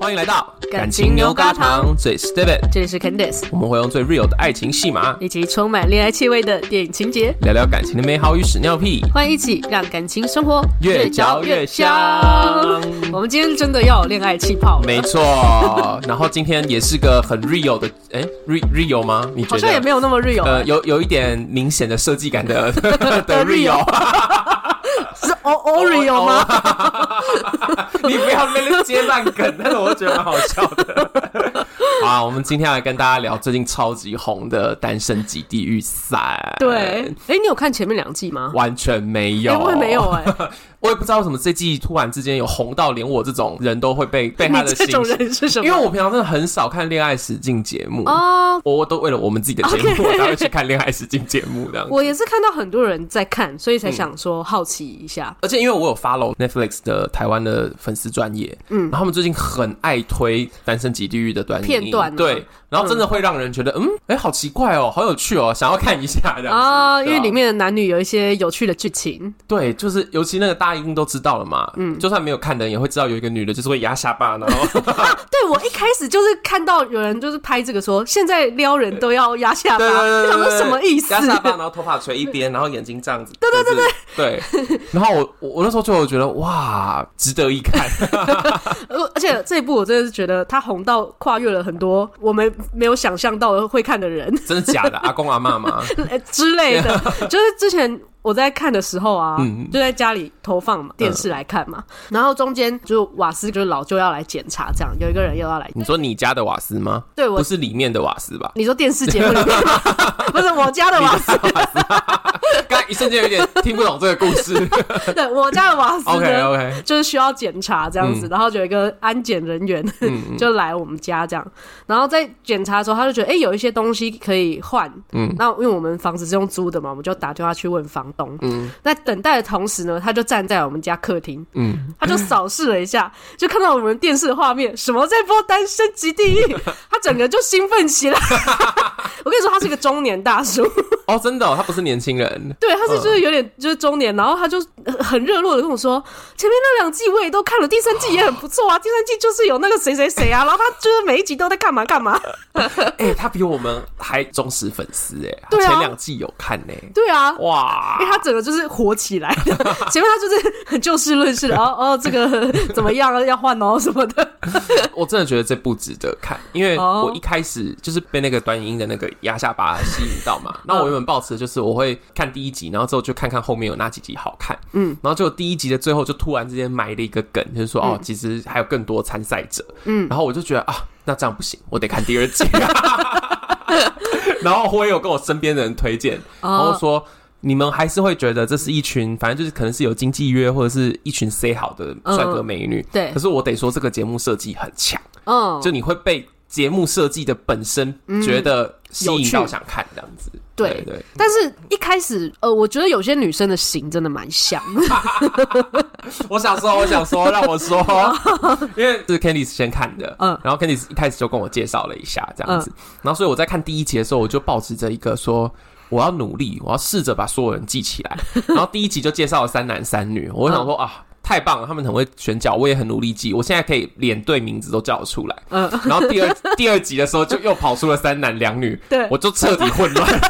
欢迎来到感情牛轧糖，最 David，这里是 Candice，我们会用最 real 的爱情戏码以及充满恋爱气味的电影情节，聊聊感情的美好与屎尿屁，欢迎一起让感情生活越嚼越香。我们今天真的要有恋爱气泡了，没 错。然后今天也是个很 real 的，哎，re real 吗？你觉好像也得？没有那么 real，、欸呃，有有一点明显的设计感 的的的 real，是哦 o Oreo 吗？你不要在那边接烂梗，但是我觉得蛮好笑的。 好啊，我们今天要来跟大家聊最近超级红的《单身级地狱三》。对，哎、你有看前面两季吗？完全没有，哎我也没有哎、我也不知道为什么这季突然之间有红到连我这种人都会 被被他你的这心种，人是什么？因为我平常真的很少看恋爱实境节目，哦。我我都为了我们自己的节目，我才会去看恋爱实境节目这样。 我也是看到很多人在看，所以才想说好奇一下。而且因为我有 follow Netflix 的台湾的粉丝专业，嗯，然后他们最近很爱推《单身级地狱》的短影音片段啊对，然后真的会让人觉得，嗯，哎、好奇怪哦，好有趣哦，想要看一下这样子啊、因对为里面的男女有一些有趣的剧情，对，就是尤其那个大家一定都知道了嘛，嗯，就算没有看的人也会知道有一个女的就是会压下巴，然后对我一开始就是看到有人就是拍这个说，现在撩人都要压下巴，对对我对对想对对说什么意思压？下巴，然后头发垂一边，然后眼睛这样子。对对对对对。然后我我我那时候就有觉得哇，值得一看。 而 而且这一部我真的是觉得它红到跨越了很多我们没有想象到会看的人 哎真的假的？阿公阿妈吗？之类 的。就是之前我在看的时候啊，嗯就在家里投放嘛电视来看嘛，然后中间就瓦斯就是老舅要来检查，这样有一个人又要来，你说你家的瓦斯吗？对我不是里面的瓦斯吧？你说电视节目里面 吗？不是我家的瓦斯，刚才一瞬间有点听不懂这个故 事。对我家的瓦斯 OK 呢 OK，就是需要检查这样子，然后就有一个安检人员 就来我们家这样，然后在检查的时候，他就觉得哎、诶有一些东西可以换，嗯，那因为我们房子是用租的嘛，我们就打电话去问房东，嗯，那等待的同时呢，他就站在我们家客厅，嗯嗯， 他就扫视了一下，就看到我们电视的画面，什么在播《单身级地狱》，他整个就兴奋起来。 我跟你说，他是个中年大叔，哦，真的哦、他不是年轻人。对，他是嗯就是有点就是中年，然后他就很很热络的跟我说，前面那两季我也都看了，第三季也很不错啊，第三季就是有那个谁谁谁啊，然后他就是每一集都在干嘛干嘛。哎、他比我们还忠实粉丝哎、他对啊前两季有看呢、对啊，哇因为，他整个就是火起来的，前面他就是很就事论事的，哦哦，这个怎么样啊要换哦什 么的。我真的觉得这不值得看，因为哦我一开始就是被那个短影音的那个压下巴吸引到嘛。那我原本抱持的就是我会看第一集，然后之后就看看后面有哪几集好看。嗯，然后就第一集的最后就突然之间埋了一个梗，就是说哦，其实还有更多参赛者。嗯，然后我就觉得啊，那这样不行，我得看第二 集。然后我也有跟我身边的人推荐，哦然后说。你们还是会觉得这是一群，反正就是可能是有经济约或者是一群 say 好的帅哥嗯美女。对可是我得说这个节目设计很强。嗯，就你会被节目设计的本身觉得吸引到想看这样子。对对对，但是一开始呃，我觉得有些女生的型真的蛮像，我想说，我想说，让我说， 因为是 Candice 先看的，嗯嗯，然后 Candice 一开始就跟我介绍了一下这样子，然后所以我在看第一集的时候，我就保持着一个说。我要努力，我要试着把所有人记起来。然后第一集就介绍了三男三女，我想说、啊，太棒了，他们很会选角，我也很努力记，我现在可以连对名字都叫得出来。嗯然后第二第二集的时候，就又跑出了三男两女，对我就彻底混乱，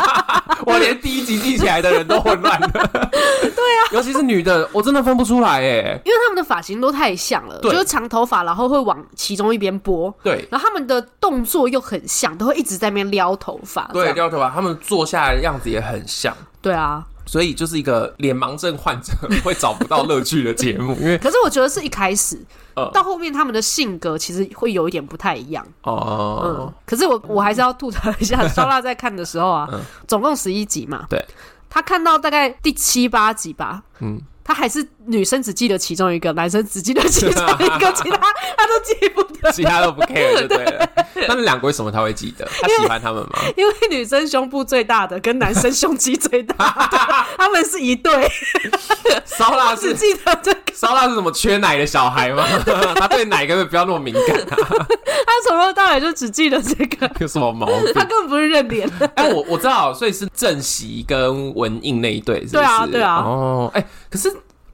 我连第一集记起来的人都混乱了。对啊，尤其是女的，我真的分不出来哎。因为他们的发型都太像了，对就是长头发，然后会往其中一边拨，对然后他们的动作又很像，都会一直在那边撩头发。这对，样掉头发，他们坐下来的样子也很像，对啊。所以就是一个脸盲症患者 会找不到乐趣的节目，因为可是我觉得是一开始呃到后面他们的性格其实会有一点不太一样。哦嗯，，可是我我还是要吐槽一下，烧腊在看的时候啊，总共十一集嘛，对，他看到大概第七八集吧，嗯嗯。他还是女生只记得其中一个，男生只记得其中一 个，其他他都记不得，其他都不 care 就对了。那两个为什么他会记得？他喜欢他们吗？因为女生胸部最大的跟男生胸肌最大 的，他们是一 对，烧腊是只记得这个。烧腊是什么缺奶的小孩吗？ 他对奶根本不要那么敏感 啊，他从头到尾就只记得这个，有什么毛病？ 他根本不是认脸。 哎、我我知道，所以是正熙跟文印那一对，是不是？对啊对啊哦，哎、可是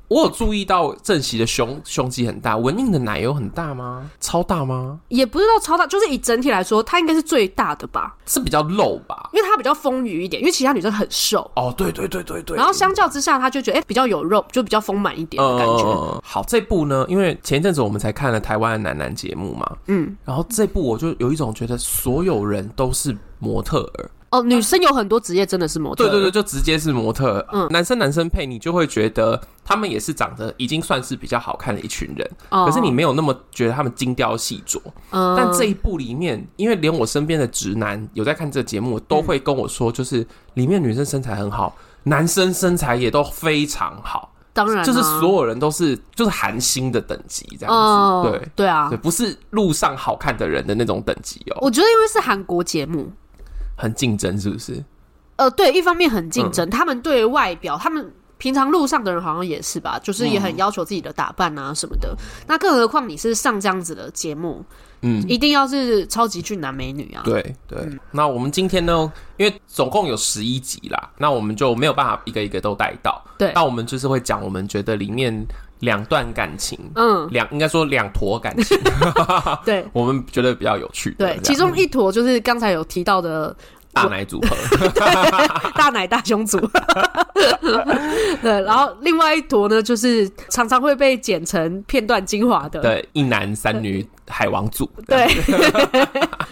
我有注意到正熙的胸胸肌很大，文印的奶油很大吗？超大吗？ 也不是到超大，就是以整体来说，她应该是最大的吧，是比较露吧？因为她比较丰腴一点，因为其他女生很瘦，哦，对对对对对。然后相较之下，她就觉得哎、比较有肉，就比较丰满一点的感觉。嗯好，这部呢，因为前一阵子我们才看了台湾的男男节目嘛，嗯，然后这部我就有一种觉得所有人都是模特儿，哦，女生有很多职业真的是模特，对对对，，就直接是模特儿。嗯男生男生配，你就会觉得他们也是长得已经算是比较好看的一群人，哦可是你没有那么觉得他们精雕细琢。嗯但这一部里面，因为连我身边的直男有在看这节目，都会跟我说，就是里面女生身材很好，男生身材也都非常好，当然啊、就是所有人都是就是韩星的等级这样子，哦，对。对啊对，，不是路上好看的人的那种等级哦、我觉得因为是韩国节目，很竞争是不是？呃，对，一方面很嗯竞争，他们对外表，他们平常路上的人好像也是吧，就是嗯也很要求自己的打扮啊什么的。那更何况你是上这样子的节目，嗯，一定要是超级俊男美女啊。对对，那我们今天呢，因为总共有十一集啦，那我们就没有办法一个一个都带到。对那我们就是会讲我们觉得里面两段感情，嗯，两应该说两坨感 情，对我们觉得比较有啊趣的这样。对，其中一坨就是刚才有提 到的大奶组 合，大奶大胸组， 对，然后另外一坨呢，就是常常会被剪成片段精华的。对，一男三女海王组。 对，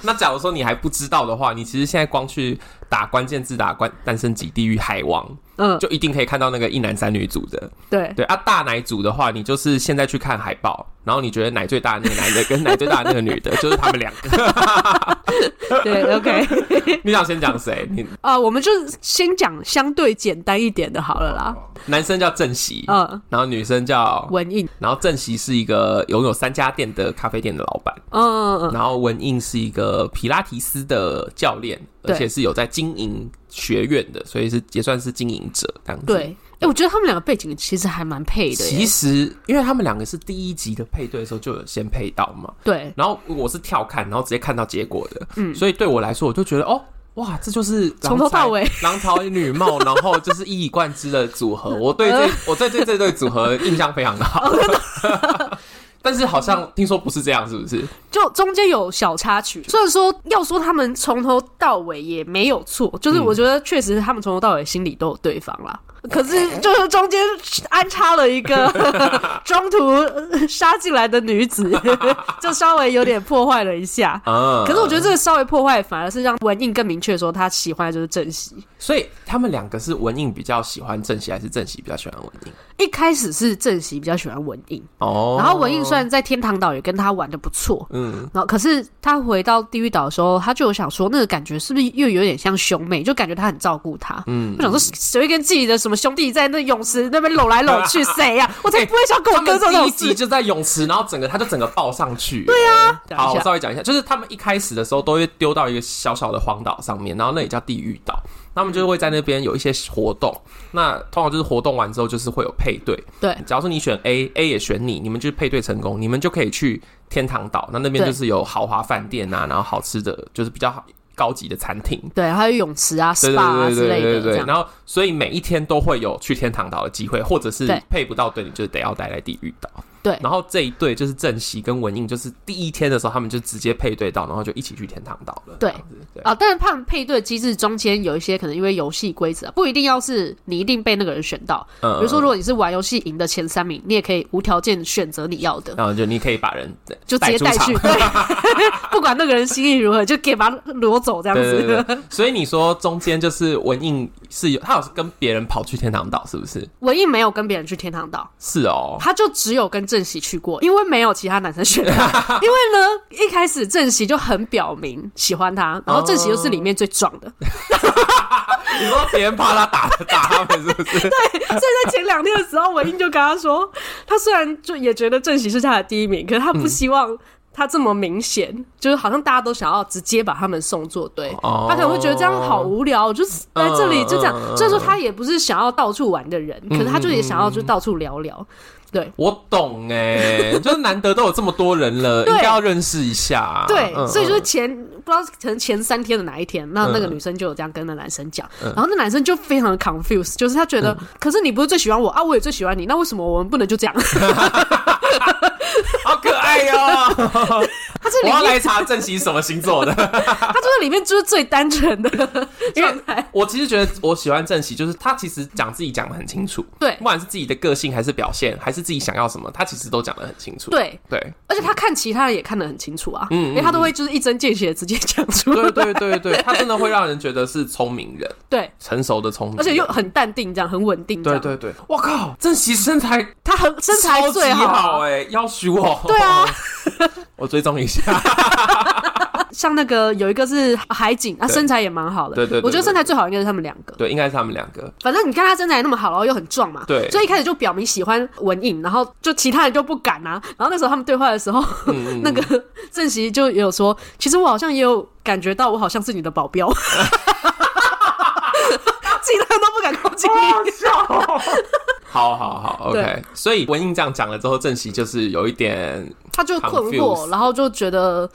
那假如说你还不知道的话，你其实现在光去打关键字打关单身级地狱海王，嗯，就一定可以看到那个一男三女组的。对，对啊，大奶组的话，你就是现在去看海报，然后你觉得奶最大的那个男 的跟奶最大的那个女的，就是他们两个。对，OK。 你想先讲谁？你啊，我们就先讲相对简单一点的好了啦。男生叫郑熙，嗯，然后女生叫，文印，然后郑熙是一个拥有三家店的咖啡店的老板，嗯嗯然后文印是一个皮拉提斯的教练，而对且是有在经营学院的，所以是也算是经营者这样子。对。哎、我觉得他们两个背景其实还蛮配的其耶。实，因为他们两个是第一集的配对的时候就有先配到嘛，对，然后我是跳看，然后直接看到结果的，嗯，所以对我来说，我就觉得哦，哇，这就是郎才从头到尾 郎才女貌，然后就是一以贯之的组 合。我对呃这我对这这对组合印象非常好， 但是好像听说不是这样，是不是？就中间有小插曲，虽然说要说他们从头到尾也没有错，就是嗯我觉得确实他们从头到尾心里都有对方啦。可是就是中间安插了一个 中途杀进来的女子， 就稍微有点破坏了一下。 啊，可是我觉得这个稍微破坏，反而是让文印更明确说他喜欢的就是郑熙。所以他们两个是文印比较喜欢正熙，还是正熙比较喜欢文印？一开始是郑熙比较喜欢文印，哦，然后文印虽然在天堂岛也跟他玩的不错，嗯，然后可是他回到地狱岛的时候，他就有想说，那个感觉是不是又有点像兄妹？就感觉他很照顾他。嗯，我想说，谁会跟自己的什么兄弟在那泳池那边搂来搂去？谁呀、啊我才不会想跟我他哥们做这第一种集事。就在泳池，然后整个他就整个抱上去。对啊，等一下好，我稍微讲一下，就是他们一开始的时候都会丢到一个小小的荒岛上面，然后那里叫地狱岛，他们就会在那边有一些活动。那通常就是活动完之后，就是会有配对。对假如说你选 A，A 也选你，你们就配对成功，你们就可以去天堂岛。那那边对就是有豪华饭店啊，然后好吃的，就是比较好高级的餐厅。对，还有泳池啊、对 SPA 啊对之对类对的对这对，样。然后所以每一天都会有去天堂岛的机会，或者是对配不到对，你就得要待在地狱岛。对然后这一对就是正熙跟文印，就是第一天的时候他们就直接配对到，然后就一起去天堂岛了。对这样子对，啊，但是他们配对机制中间有一些可能因为游戏规则，不一定要是你一定被那个人选到。嗯比如说，如果你是玩游戏赢的前三名，你也可以无条件选择你要的。然后就你可以把人就直接出带场去，对， 不管那个人心意如何，就给把他挪走这样对对对子。对，所以你说中间就是文印是有他有跟别人跑去天堂岛，是不是？文艺没有跟别人去天堂岛，是 哦，他就只有跟郑熙去过，因为没有其他男生选 他。因为呢，一开始郑熙就很表明喜欢他，然后郑熙又是里面最壮的，哦你说别人怕他打打他们，是不是？ 所以在前两天的时候，文英就跟他说，他虽然就也觉得郑熙是他的第一名，可是他不希望他这么明显，就是好像大家都想要直接把他们送作对，哦他可能会觉得这样好无聊，就是在这里嗯就这样嗯。嗯虽然说他也不是想要到处玩的人，可是他就也想要就到处聊啊聊。对我懂哎、就是难得都有这么多人了，对应该要认识一下、啊。对，嗯所以就嗯是前不知道可能前三天的哪一天，那那个女生就有这样跟那男生讲，嗯然后那男生就非常的 confused，就是他觉得，可是你不是最喜欢我啊，我也最喜欢你，那为什么我们不能就这样？ 好可爱哟、 他这我里要来面，查正熙什么星座的。他就是里面就是最单 纯的状态，我其实觉得我喜欢正熙，就是他其实讲自己讲的很清楚，对不管是自己的个性还是表现，还是自己想要什么，他其实都讲的很清楚。对。对而且他看其他人也看得很清楚啊，嗯嗯因为他都会就是一针见血地直接讲出来，对对对对， 他真的会让人觉得是聪明 人，对成熟的聪明人，而且又很淡定，这样很稳定，这对样，对对，我靠，正熙身材他很身材超级最好好啊，哎、要许我。对啊， 我追踪一下。 像那个有一个是海景，啊，对身材也蛮好的，对对对我觉对得身材最好应该是他们两个，对，应该是他们两 个。反正你看他身材那么好，然后又很壮嘛，对所以一开始就表明喜欢文颖，然后就其他人就不敢啊。然后那时候他们对话的时候，嗯那个郑熙就也有说，其实我好像也有感觉到，我好像是你的保镖， 其他人都不敢靠近你。 好好好，OK 哦对。所以文英这样讲了之后，正熙就是有一点，他就困惑， Confused 然后就觉得，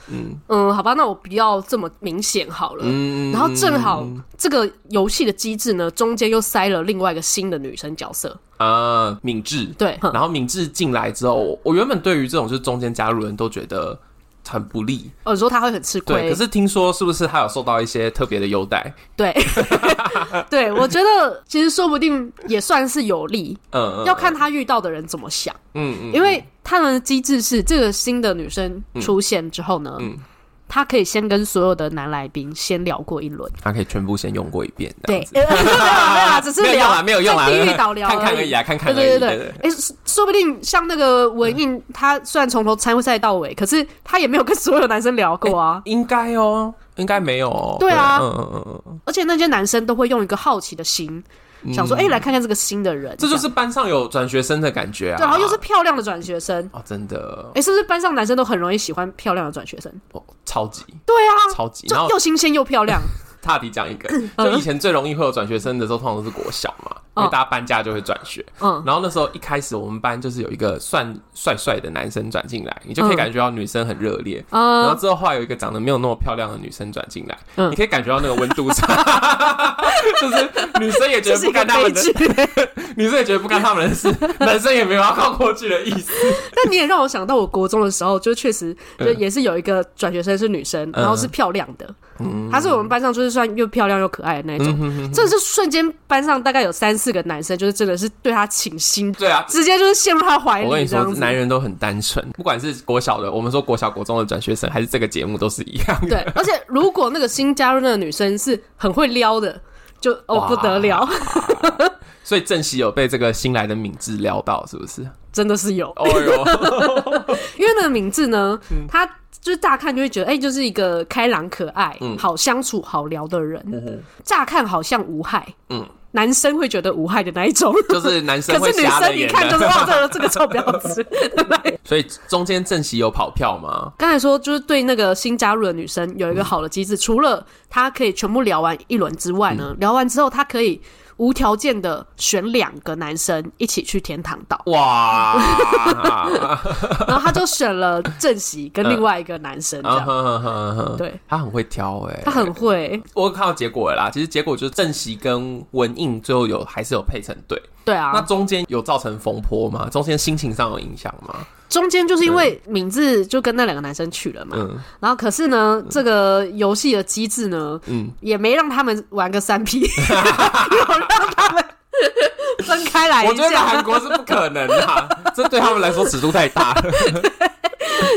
嗯好吧，那我不要这么明显好了。嗯，然后正好这个游戏的机制呢，中间又塞了另外一个新的女生角色，啊，敏智。对，哼然后敏智进来之后，我我原本对于这种就是中间加入人都觉得很不利，哦，你说她会很吃亏，对。可是听说是不是他有受到一些特别的优待？对，对， 我觉得其实说不定也算是有利，嗯，嗯要看他遇到的人怎么想。嗯嗯，因为他们的机制是，这个新的女生出现之后呢，嗯她可以先跟所有的男来宾先聊过一轮。他可以全部先用过一遍，这对样，子呃没有啦，只是没有用聊啊，没有用啊，在地狱岛聊看看而而已已。啊，看看对而已，对对对，哎，说说不定像那个文印，他虽然从头参赛到尾，可是他也没有跟所有男生聊过啊。应该哦，应该没有哦，对啊嗯嗯嗯嗯嗯，而且那些男生都会用一个好奇的心，嗯想说，哎，来看看这个新的人，这就样是班上有转学生的感觉啊，啊对，然后又是漂亮的转学生，哦，真的哎、，是不是班上男生都很容易喜欢漂亮的转学生？哦超级对啊，超级，然后就又新鲜又漂亮。 差题讲一个，就以前最容易会有转学生的时候，通常都是国小嘛，因为嗯大家搬家就会转学。嗯，然后那时候一开始我们班就是有一个算帅帅的男生转进来，你就可以嗯感觉到女生很热烈。然后啊、之后后来有一个长得没有那么漂亮的女生转进来，嗯你可以感觉到那个温度差， 就是女生也觉这得是一不个干他悲 们的，剧。女生也觉得不干他们的事， 男生也没有要靠过去的意思。但你也让我想到，我国中的时候，就确实就嗯也是有一个转学生是女生，然后是漂亮的，嗯她是我们班上就是算又漂亮又可爱的那种。真的是瞬间班上大概有三四个男生，就是真的是对她倾心，对啊，直接就是陷入她怀我跟里你这说样，子。男人都很单纯，不管是国小的，我们说国小、国中的转学生，还是这个节目都是一样的。对，而且如果那个新加入那个女生是很会撩的，就哦不得了，所以郑熙有被这个新来的敏智撩到，是不是？真的是有。哦哟，因为那个名字呢，嗯他就是乍看就会觉得，哎、就是一个开朗、可爱、嗯好相处、好聊的人，乍看好像无害，嗯男生会觉得无害的那一种。 就是男生可会是女瞎了生一眼啊看就的。 是哇，这个这个臭婊子！所以中间郑熙有跑票吗？，刚才说就是对那个新加入的女生有一个好的机制，除了她可以全部聊完一轮之外呢，聊完之后她可以无条件的选两个男生一起去天堂岛哇！然后她就选了 郑熙跟另外一个男生，这啊样、哼哼哼哼对，他很会挑哎、她很会，我看到结果了啦。其实结果就是郑熙跟文印最后有还是有配成对，对啊，那中间有造成风波吗？中间心情上有影响吗？中间就是因为敏智就跟那两个男生去了嘛， 嗯然后可是呢，这个游戏的机制呢，嗯，也没让他们玩个三 P，有让他们分开来我一觉得在下韩，国是不可能啦，这对他们来说尺度太大了。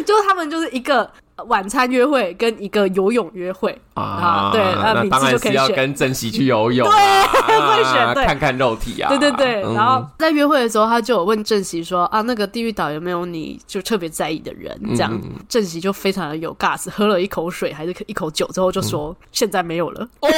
就是他们就是一个晚餐约会跟一个游泳约会啊，对，那那敏当智然就可是以要选。跟珍惜去游泳啊，对会选 对看看肉体啊，对对对，嗯然后在约会的时候，他就有问郑熙说：“啊，那个地狱岛有没有你就特别在意的人？”嗯这样，郑熙就非常的有 gas，喝了一口水还是一口酒之后就说：“现在没有了。”哇，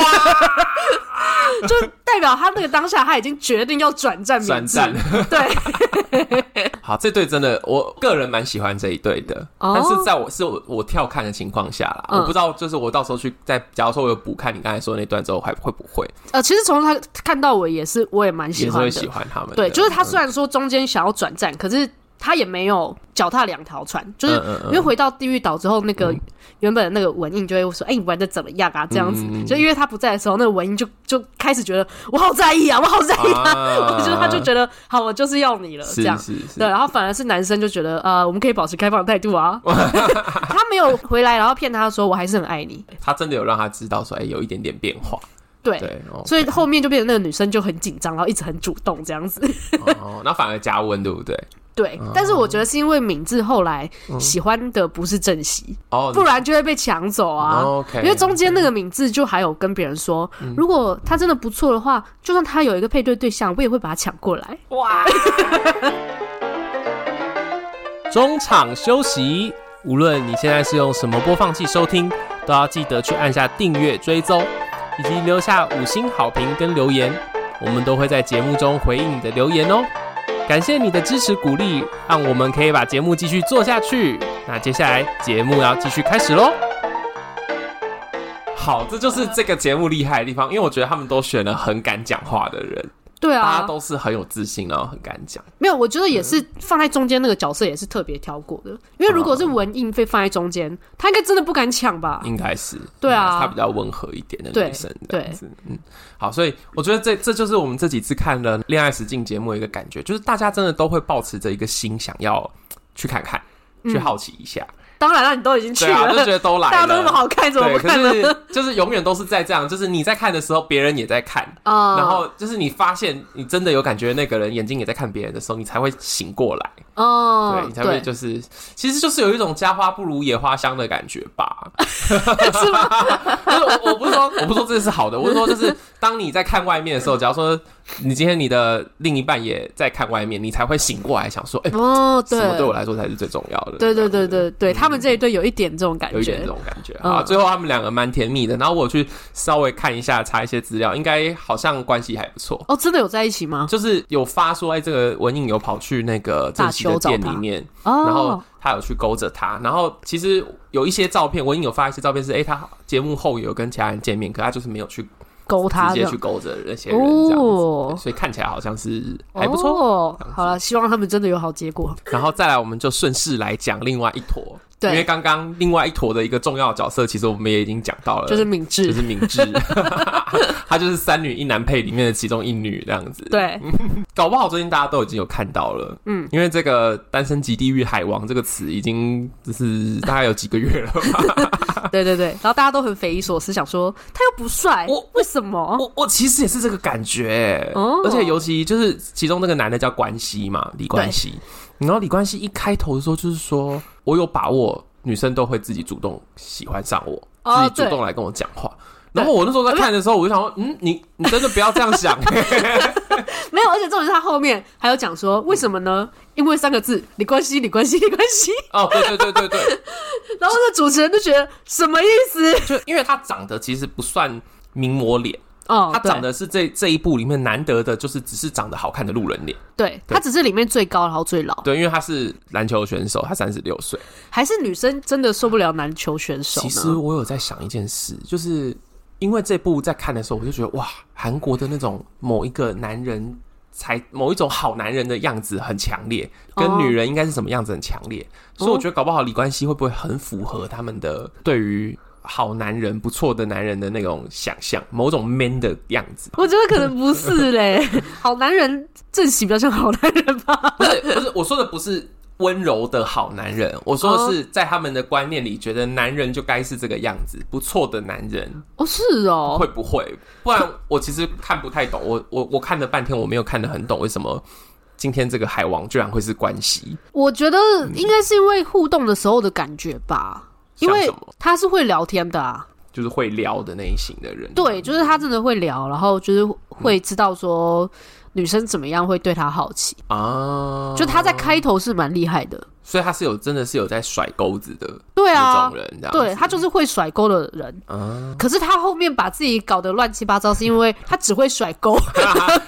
就代表他那个当下他已经决定要转战转明治，战， 对， 好，这对真的我个人蛮喜欢这一对的，哦但是在我是我我跳看的情况下啦，嗯我不知道就是我到时候去在，假如说我有补看你刚才说的那段之后，还会不会呃，其实从他看到我也是，我也蛮也喜是欢会的。喜欢他们的？嗯对，就是他虽然然说中间想要转站，可是他也没有脚踏两条船，就是嗯嗯嗯嗯因为回到地狱岛之后，那个原本的那个文印就会说：“哎、你玩的怎么样啊？”这样子，嗯嗯嗯就因为他不在的时候，那个文印就就开始觉得我好在意啊，我好在意他，啊 就是他就觉得好，我就是要你了，这是样。是是，对，然后反而是男生就觉得，呃，我们可以保持开放的态度 啊。他没有回来，然后骗他说我还是很爱你。他真的有让他知道说，哎、有一点点变化，对，对，哦所以后面就变成那个女生就很紧张，然后一直很主动这样子。哦，那反而加温，对不对？对，哦但是我觉得是因为敏智后来喜欢的不是正熙，嗯哦，不然就会被抢走啊。哦，OK，嗯因为中间那个敏智就还有跟别人说，如果他真的不错的话，就算他有一个配对对象，我也会把他抢过来。哇！中场休息，无论你现在是用什么播放器收听，都要记得去按下订阅追踪，以及留下五星好评跟留言，我们都会在节目中回应你的留言哦。感谢你的支持鼓励，让我们可以把节目继续做下去。那接下来节目要继续开始喽。好，这就是这个节目厉害的地方，因为我觉得他们都选了很敢讲话的人。对大家啊，都是很有自信，然后很敢讲。没有，我觉得也是放在中间那个角色也是特别挑过的，因为如果是文印被放在中间，他应该真的不敢抢吧？应该是嗯对啊她比较温和一点的对女生这样子。嗯，好，所以我觉得这这就是我们这几次看了《恋爱实境》节目的一个感觉，就是大家真的都会抱持着一个心，想要去看看，去好奇一下。 当然了，你都已经去对啊，就了，觉得都来了，嗯大家都那么好看，怎么对，啊不可看呢？是就是永远都是在这样，就是你在看的时候，别人也在看。啊然后就是你发现你真的有感觉，那个人眼睛也在看别人的时候，你才会醒过来，哦对，你才会就是，其实就是有一种家花不如野花香的感觉吧。 是吗？ 就是我我不是说我不是说这是好的，我是说就是当你在看外面的时候，假如说你今天你的另一半也在看外面，你才会醒过来想说，哎、哦，对，什么对我来说才是最重要的？嗯对对对对对，他们这一对有一点这种感有一点觉这，种感觉嗯啊。最后他们两个蛮甜蜜的，然后我去稍微看一下查一些资料，应该好像关系还不错。哦，真的有在一起吗？就是有发说，哎，这个文颖有跑去那个正熙的店里面，哦，然后他有去勾着他，然后其实有一些照片，文颖有发一些照片是，哎，他节目后有跟其他人见面，可他就是没有去勾他直接的去勾着那些人这样子，哦，所以看起来好像是还不错。错这样子哦好了，希望他们真的有好结果。然后再来，我们就顺势来讲另外一坨，对因为刚刚另外一坨的一个重要角色，其实我们也已经讲到了，就是敏呃就智，是敏智， 她就是三女一男配里面的其中一女这样子。， 对，搞不好最近大家都已经有看到了，嗯，因为这个“单身级地狱海王”这个词已经就是大概有几个月了吧。对对对，然后大家都很匪夷所思，想说他又不 帅，我为什么？我我其实也是这个感觉、欸，哦而且尤其就是其中那个男的叫关西嘛，李关西。然后李关西一开头的时候就是说，我有把握女生都会自己主动喜欢上我，哦自己主动来跟我讲话。对然后我那时候在看的时候，我就想说，嗯，你你真的不要这样 想、没有，而且重点是他后面还有讲说为什么呢？因为三个字，你关系，你关系，你关系。 哦，对对对对对，然后那主持人就觉得什么意思？就因为他长得其实不算名模脸，哦，他对长得是这这一部里面难得的，就是只是长得好看的路人脸。对，他只是里面最高，然后最老，对，因为他是篮球选手，他三十六岁。还是女生真的受不了篮球选手其呢？实我有在想一件事，就是因为这部在看的时候，我就觉得哇，韩国的那种某一个男人才某一种好男人的样子很强烈，哦跟女人应该是什么样子很强烈，所以我觉得搞不好李冠希会不会很符合他们的对于好男人、不错的男人的那种想象，某种 man 的样子。 我觉得可能不是嘞， 好男人正喜比较像好男人吧。不是不是，我说的不是温柔的好男人，我说的是在他们的观念里，觉得男人就该是这个样子，不错的男人。哦，是哦，会不会？不然我其实看不太懂，我我我看了半天，我没有看得很懂，为什么今天这个海王居然会是关系？我觉得应该是因为互动的时候的感觉吧，因像为什么他是会聊天的啊。就是会撩的那一型的人，对，就是他真的会聊，然后就是会知道说女生怎么样会对他好奇。啊，嗯就他在开头是蛮厉害的，所以他是有真的是有在甩钩子的对那啊嗯种，人，这样对子 他就是会甩钩的人。啊，可是他后面把自己搞得乱七八糟，是因为他只会甩钩，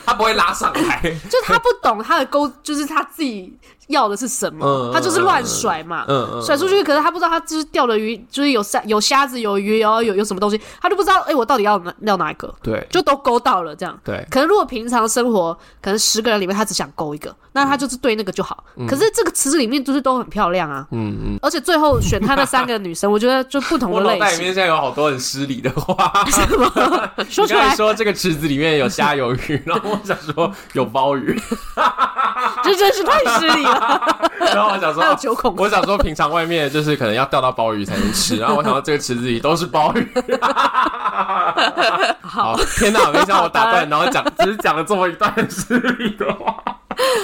他不会拉上来，就是他不懂他的钩，就是他自己要的是什嗯么，他就是乱甩嘛。嗯嗯，甩出去，可是他不知道他就是钓的鱼，就是有虾有虾子有鱼，然后有有什么东西，他就不知道，哎、我到底要哪要哪一个，对就都勾到了这样。对，可能如果平常生活，可能十个人里面他只想勾一个，那他就是对那个就好。嗯可是这个池子里面就是都很漂亮啊，嗯嗯。而且最后选他那三个女生，我觉得就不 同我的脑类袋里面型。现在有好多很失礼的话， 什么？说你出刚才来，说这个池子里面有虾有鱼，然后我想说有鲍鱼， 这真是太失礼 了。然后我想说哦还有九孔我想说平常外面就是可能要钓到鲍鱼才能吃，然后我想到这个池子里都是鲍 鱼。好，天哪！没想到我打断，然后讲只是讲了这么一段很失礼的话。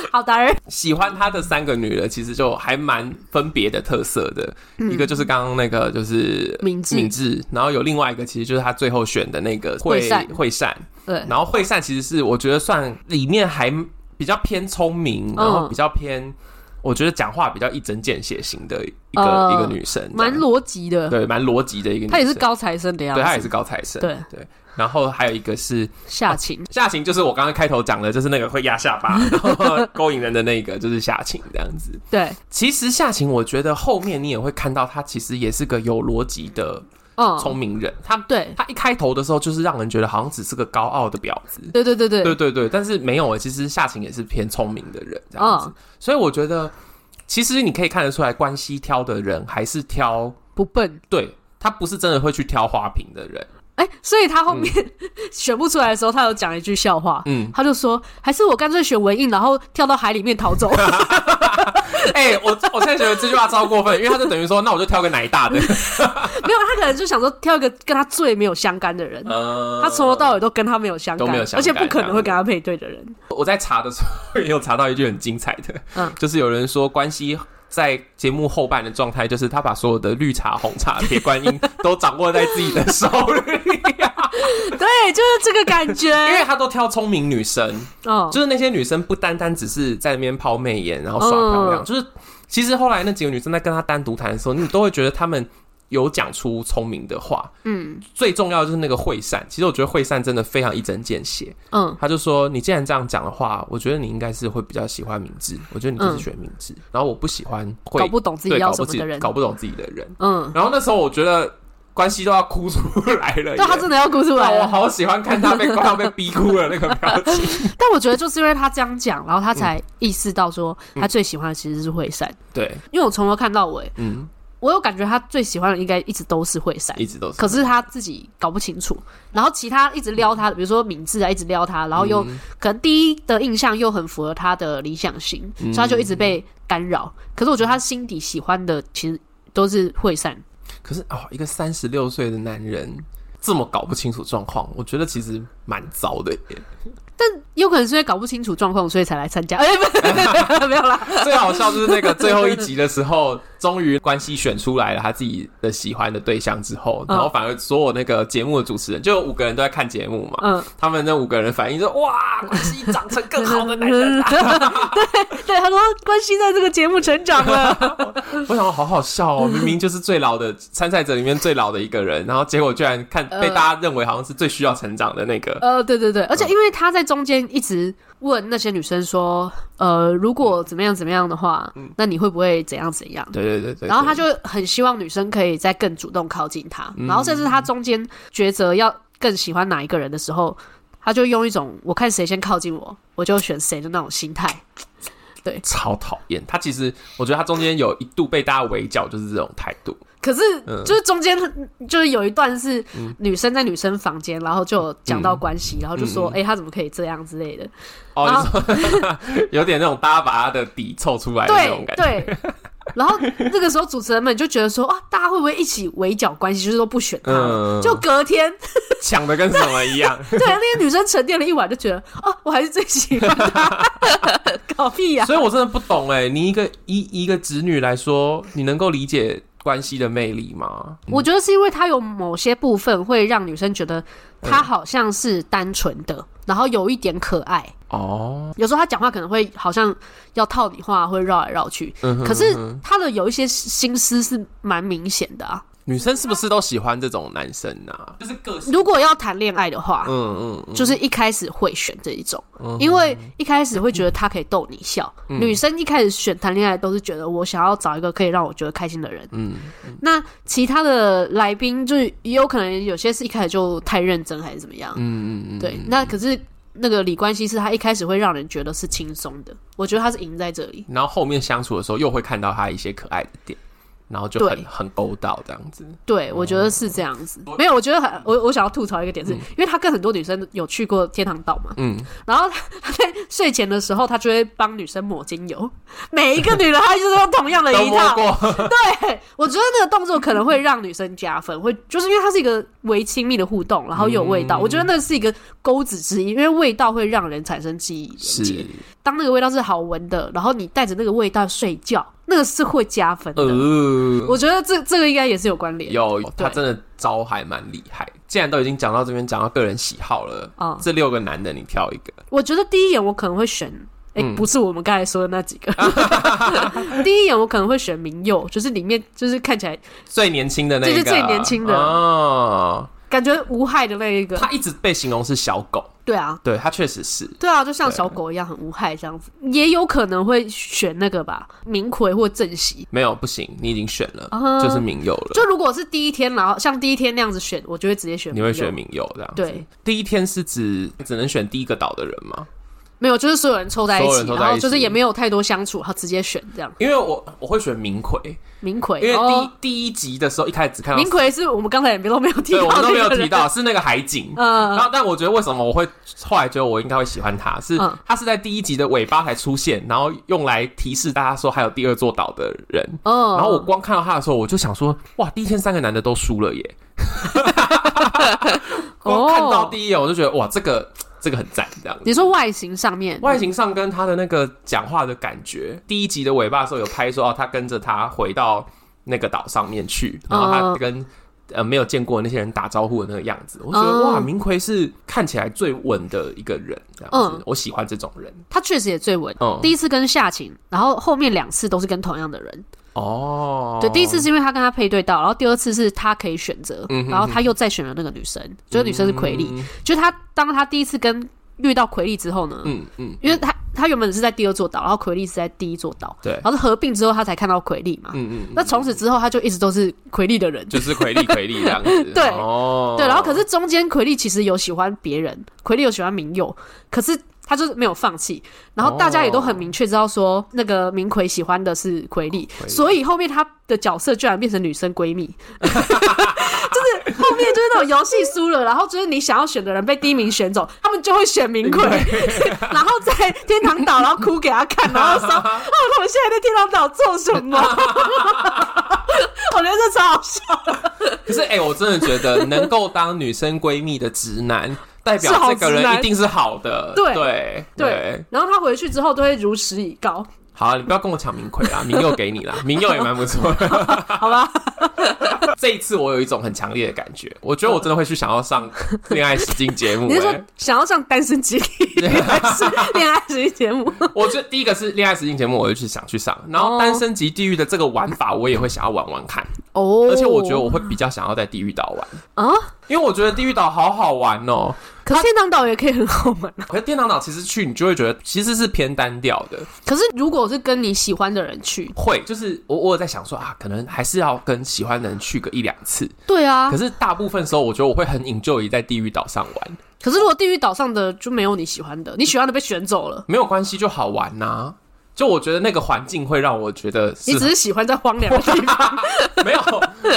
好 的儿，喜欢他的三个女的，其实就还蛮分别的特色的。一个就是刚刚那个就是敏嗯智敏智，然后有另外一个其实就是他最后选的那个惠惠善惠善，对，然后惠善其实是我觉得算里面还比较偏聪明，然后嗯比较偏，我觉得讲话比较一针见血型的一个、呃一个女生，蛮这样逻辑的。对蛮逻辑的一个女生，他也是，高材生的样对她也子，是高材生，对对。然后还有一个是下情。夏晴，就是我刚刚开头讲的，就是那个会压下 巴然后勾引人的那个，就是夏晴这样子。对，其实夏晴，我觉得后面你也会看到，她其实也是个有逻辑的啊聪嗯，明人。她对，她一开头的时候，就是让人觉得好像只是个高傲的婊子，对对对嗯对对，对对，但是没有，其实夏晴也是偏聪明的人，这样子。嗯所以我觉得，其实你可以看得出来，关系挑的人还是挑，不笨。对他不是真的会去挑花瓶的人。 哎，所以他后面 选不出来的时候，他有讲一句笑话，嗯，他就说，还是我干脆选文印，然后跳到海里面 逃走。哎、我我现在觉得这句话超过分，因为他就等于说，那我就挑个奶 大的。没有，他可能就想说挑一个跟他最没有相干的人。嗯，他从头到尾都跟他没有相干，都没有相干而且不可能会跟他配对的人。我在查的时候也有查到一句很精彩的，嗯就是有人说关系。在节目后半的状态，就是他把所有的绿茶、红茶、铁观音都掌握在自己的手里，啊 对，就是这个感觉。 因为他都挑聪明女生，哦，就是那些女生不单单只是在那边抛媚眼，然后耍漂亮，嗯就是其实后来那几个女生在跟他单独谈的时候，你都会觉得她们有讲出聪明的话。嗯最重要的就是那个惠善，其实我觉得惠善真的非常一针见血。嗯他就说：“你既然这样讲的话，我觉得你应该是会比较喜欢明智，我觉得你就是选明智。然后我不喜欢会嗯搞不懂自己对要搞什不么的人搞不懂自己的人。嗯，然后那时候我觉得关系都要哭出来了耶，对啊他真的要哭出哇来我了。好喜欢看他被快要被逼哭了那个 表情。但我觉得就是因为他这样讲，然后他才意识到说他最喜欢的其实是惠善，对，因为我从头看到尾，嗯，我有感觉他最喜欢的应该一直都是惠善。一直都是。可是他自己搞不清楚，然后其他一直撩他的，比如说敏智啊，一直撩他，嗯然后又、可能第一的印象又很符合他的理想型，所以他就一直被干扰。可是我觉得他心底喜欢的其实都是惠善，可是哦，一个三十六岁的男人这么搞不清楚状况，我觉得其实蛮糟的耶。 有可能是因为搞不清楚状况，所以才来参加。哎、不 是没有啦，最好笑就是那个最后一集的时候，终于关系选出来了他自己的喜欢的对象之后，嗯然后反而所有那个节目的主持人，就有五个人都在看节目嘛，嗯，他们那五个人反应说：“哇，关系长成更好的男 人啦、嗯对，他说关心在这个节目成长了，我想好好笑哦，明明就是最老的参赛者里面最老的一个人，然后结果居然看嗯被大家认为好像是最需要成长的那个。 呃，对对对，而且因为他在中间一直问那些女生说，呃，如果怎么样怎么样的话，那你会不会怎样怎样？对对对对对，然后他就很希望女生可以再更主动靠近他，然后甚至他中间抉择要更喜欢哪一个人的时候，他就用一种我看谁先靠近我，我就选谁的那种心态。超讨厌。他其实，我觉得他中间有一度被大家围剿，就是这种态度。可是嗯就是中间就是有一段是女生在女生房间，然后就有讲到关嗯系，然后就说：“哎、他怎么可以这样之类的哦，然你说 有点那种大家把他的底凑出？”来的哎那种对感觉。对。然后那个时候主持人们就觉得说：“啊，大家会不会一起围剿关系，就是都不选他？”嗯就隔天，抢的跟什么一样。 对那些女生沉淀了一晚，就觉得：“哦，我还是最喜欢他。” 搞屁啊呀、所以我真的不懂哎，你一个一一个侄女来说，你能够理解关系的魅力吗？我嗯觉得是因为他有某些部分会让女生觉得他好像是单纯的，然后有一点可爱。哦，有时候他讲话可能会好像要套你话，会绕来绕去。嗯哼可是嗯哼他的有一些心思是蛮明显的啊。女生是不是都喜欢这种男生啊？就是个性，如果要谈恋爱的话，嗯嗯，就是一开始会选这一种，因为一开始会觉得他可以逗你笑。嗯女生一开始选谈恋爱都是觉得我想要找一个可以让我觉得开心的人。嗯，那其他的来宾就是也有可能有些是一开始就太认真还是怎么样。嗯嗯嗯，对，那可是那个李冠希是他一开始会让人觉得是轻松的，我觉得他是赢在这里。然后后面相处的时候又会看到他一些可爱的点，然后就很对很勾到这样子。对，我哦觉得是这样子。没有，我觉得很我我想要吐槽一个点是，因为他跟很多女生有去过天堂岛嘛，嗯，然后他他在睡前的时候，他就会帮女生抹精油，每一个女人他就是用同样的都一摸套。过，对，我觉得那个动作可能会让女生加分，会就是因为它是一个微亲密的互动，然后又有味道，我嗯觉得那是一个钩子之一，因为味道会让人产生记忆连接。是当那个味道是好闻的，然后你带着那个味道睡觉，那个是会加分的。呃，我觉得这这个应该也是有关联。有对他真的招还蛮厉害。既然都已经讲到这边，讲到个人喜好了，嗯这六个男的你挑一个，我觉得第一眼我可能会选，哎、嗯不是我们刚才说的 那几个。 第一眼我可能会选明佑，就是里面就是看起来最年轻的那一这个，啊是最年轻的哦。感觉无害的那一个。他一直被形容是小狗，对啊，对他确实是。对啊，就像对小狗一样很无害这样子。也有可能会选那个吧，明奎或正熙。没有，不行，你已经选了，啊就是明佑了。就如果是第一天，然后像第一天那样子选，我就会直接选你佑。会选明佑这样子？对，第一天是指只能选第一个岛的人吗？没有，就是所有人凑在一所有人起，凑在然后一起就是也没有太多相处，他直接选这样。因为我我会选明奎，明奎，因为第、哦，第一集的时候一开始只看到明奎是我们刚才也没都没有提对，到我们都没有那个提人到，是那个海 景。嗯然后，但我觉得为什么我会后来觉得我应该会喜欢他，是嗯他是在第一集的尾巴才出现，然后用来提示大家说还有第二座岛的人。哦，然后我光看到他的时候，我就想说，哇，第一天三个男的都输了 耶！光看到哦、第一眼我就觉得，哇，这个这个很赞，这样子。你说外形上面，外形上跟他的那个讲话的感觉，第一集的尾巴的时候有拍说哦，他跟着他回到那个岛上面去，然后他嗯跟、呃没有见过那些人打招呼的那个样子，我觉得、嗯哇，明奎是看起来最稳的一个人，这样子，嗯我喜欢这种人他确实也最稳。嗯第一次跟夏晴，然后后面两次都是跟同样的人。哦。对，第一次是因为他跟他配对到，然后第二次是他可以选择，嗯哼然后他又再选了那个女生，就是女生是奎丽。嗯就是他当他第一次跟遇到奎丽之后呢，嗯嗯，因为他他原本是在第二座岛，然后奎丽是在第一座岛，对然后是合并之后他才看到奎丽嘛。嗯嗯，那从此之后他就一直都是奎丽的人。就是奎利奎利这样子， 对哦，对，然后可是中间奎利其实有喜欢别人，奎利有喜欢明佑，可是他就是没有放弃。然后大家也都很明确知道说，那个明奎喜欢的是奎利，哦奎利所以后面他的角色居然变成女生闺蜜， 就是后面就是那种游戏输了，然后就是你想要选的人被第一名选走，他们就会选明奎， 然后在天堂岛然后哭给他看，然后说：“哦，我们现在在天堂岛做什么？” 我觉得这超好笑，可是哎、欸我真的觉得能够当女生闺蜜的直男，代表是好这个直人男一定是好的，对对对。然后他回去之后都会如实以告。好、啊，你不要跟我抢明奎 啦，明佑给你啦，明佑也蛮不错的。好吧，这一次我有一种很强烈的感觉，我觉得我真的会去想要上恋爱实境节目、你是说欸。想要上单身集体还是恋爱实境节目？我觉得第一个是恋爱实境节目，我就去想去上，然后哦单身级地狱的这个玩法，我也会想要玩玩看，哦而且我觉得我会比较想要在地狱岛玩，啊，因为我觉得地狱岛好好玩哦。可是天堂岛也可以很好玩啊。可是天堂岛其实去你就会觉得其实是偏单调的，可是如果是跟你喜欢的人去，会就是我我有在想说啊，可能还是要跟喜欢的人去个一两次，对啊可。是大部分时候我觉得我会很 enjoy 在地狱岛上玩。可是如果地狱岛上的就没有你喜欢的，你喜欢的被选走了，没有关系，就好玩呐、就我觉得那个环境会让我觉得你是只是喜欢在荒凉的 地方。没有，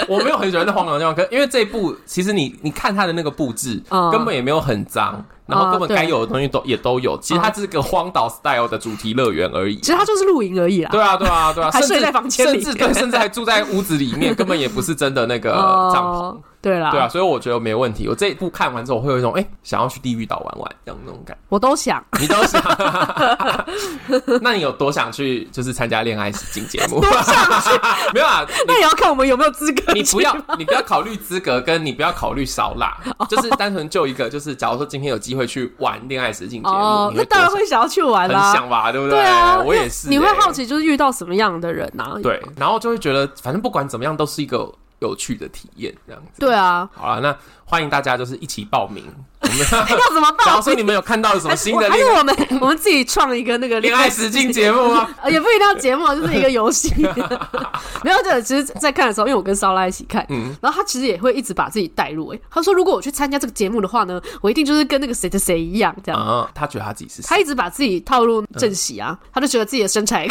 我没有很喜欢在荒凉的地方，可因为这一部其实你你看它的那个布置、嗯根本也没有很脏，然后根本啊对该有的东西都也都有，其实它只是个荒岛 style 的主题乐园而 已其。实它就是露营而已啦。对啊，对啊，对啊，还甚睡至在房间里 甚至对，甚至还住在屋子里面，根本也不是真的那个哦啊帐篷。对啦，对啊，所以我觉得没问题。我这一部看完之后，我会有一种哎、欸想要去地狱岛玩玩这样那种感觉。我都想。你都想？那你有多想去就是参加恋爱实境节目？没有啊，那也要看我们有没有资格你去哦不要， 你不要考虑资格，跟你不要考虑少辣，就是单纯就一个，就是假如说今天有机会去玩恋爱实境节目，哦，你那会当然多会想要去玩想啦。很想吧，对不对啊，我因也为是、你会欸好奇，就是遇到什么样的人啊？对，然后就会觉得反正不管怎么样都是一个有趣的体验，这样子。对啊，好了，那欢迎大家就是一起报名。我们 哎要怎么假报如？说你们有看到有什么新的还恋是我们 我们自己创一个 那个恋爱实境节目啊吗？ 呃，也不一定要节目，就是一个游 戏。没有，就其实，在看的时候，因为我跟烧拉一起看，嗯然后他其实也会一直把自己带入、欸。他说，如果我去参加这个节目的话呢，我一定就是跟那个谁的谁一样这样。啊，他觉得他自己是谁他一直把自己套入正喜啊，嗯他就觉得自己的身 材，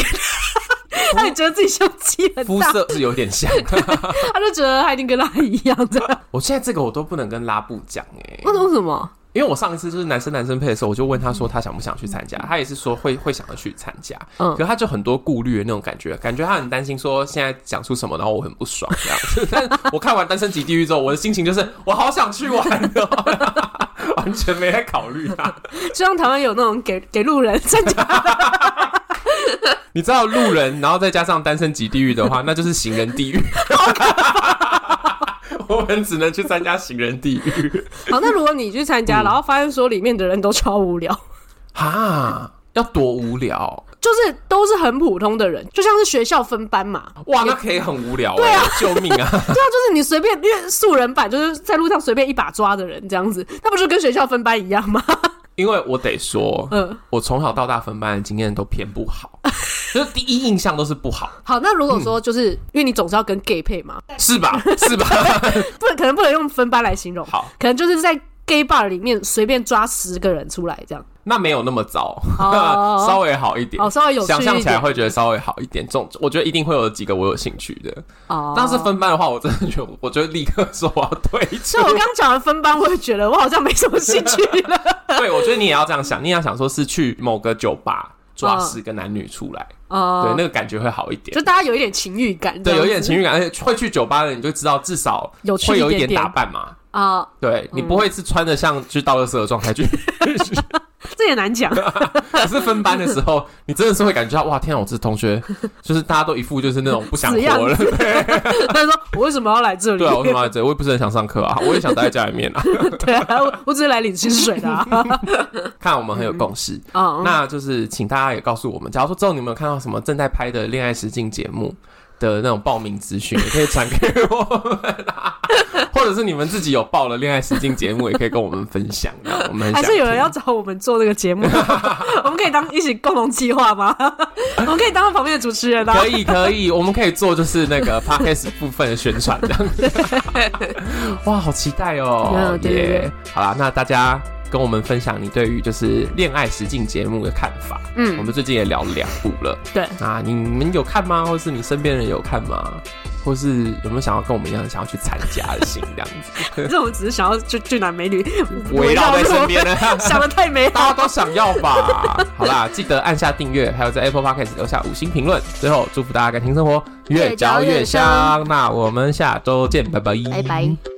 他也觉得自己胸肌很肤大，色是有点像。他就觉得他一定跟他一样这 样。我现在这个我都不能跟拉布讲哎、为什么为什么？因为我上一次就是男生男生配的时候，我就问他说他想不想去参加，他也是说会会想要去参加，嗯可他就很多顾虑的那种感觉，感觉他很担心说现在讲出什么，然后我很不爽这样子。但是我看完《单身级地狱》之后，我的心情就是我好想去玩哦， 完全没在考虑他。就像台湾有那种给给路人 参加，你知道路人，然后再加上单身级地狱的话，那就是行人地狱。我们只能去参加行人地狱好，那如果你去参嗯加，然后发现说里面的人都超无聊，哈，要多无聊就是都是很普通的人，就像是学校分班嘛，哇！那可以很无聊、欸，对啊，救命啊！ 对啊，就是你随便，因为素人版就是在路上随便一把抓的人这样子，那不就跟学校分班一样吗？因为我得说，嗯，我从小到大分班的经验都偏不 好，就是第一印象都是不好， 好，那如果说就是、因为你总是要跟 gay 配嘛，是吧？是 吧？不可能不能用分班来形容，好，可能就是在 gay bar 里面随便抓十个人出来这样，那没有那么糟，哦稍微好一点哦，。稍微有趣想象一起来点会觉得稍微好一点，这种我觉得一定会有几个我有兴趣的。哦。但是分班的话，我真的觉得，我就立刻说我要退 出所以。我刚讲完分班，我也觉得我好像没什么兴趣了。对，我觉得你也要这样想，你也要想说是去某个酒吧抓嗯十个男女出来，对 哦，，那个感觉会好一点就。大家有一点情欲感这对，样子，有一点情欲感，而且会去酒吧的你就知道，至少有趣会有一点点打扮嘛。啊、对你不会是穿的像去倒垃圾的状 态去，这也 难讲。可是分班的时候，你真的是会感觉到哇，天啊，我这同学就是大家都一副就是那种不想死样活了，他说：“我为什么要来这里？”对啊，我干嘛来这？我也不是很想上课啊，我也想待在家里 面啊。对啊我我只是来领薪水的啊。 看我们很有共识，嗯那就是请大家也告诉我们，假如说之后你们有看到什么正在拍的恋爱实境节目的那种报名资讯，也可以传给我们、啊， 或者是你们自己有报了恋爱实境节目，也可以跟我们分享。这样我们很还想是有人听要找我们做这个 节目，我们可以当一起共同计划吗？ 我们可以当旁边的主持 人啊。可以可以，我们可以做就是那 个 podcast 部分的宣传这样子。哇，好期待哦！嗯对对耶好啦，那大家跟我们分享你对于就是恋爱实境节目的看法。我嗯，们最近也聊了两部了。对，啊，你们有看吗？或是你身边人有看吗？或是有没有想要跟我们一样想要去参加的心这样 子？这我们只是想要就俊男美女。围绕在身边，的想的太美大好家。都想要 吧？好啦，记得按下订阅，还有在 Apple Podcast 留下五星评论。最后，祝福大家感情生活越越嚼嚼越越香。那我们下周见，拜拜，拜拜。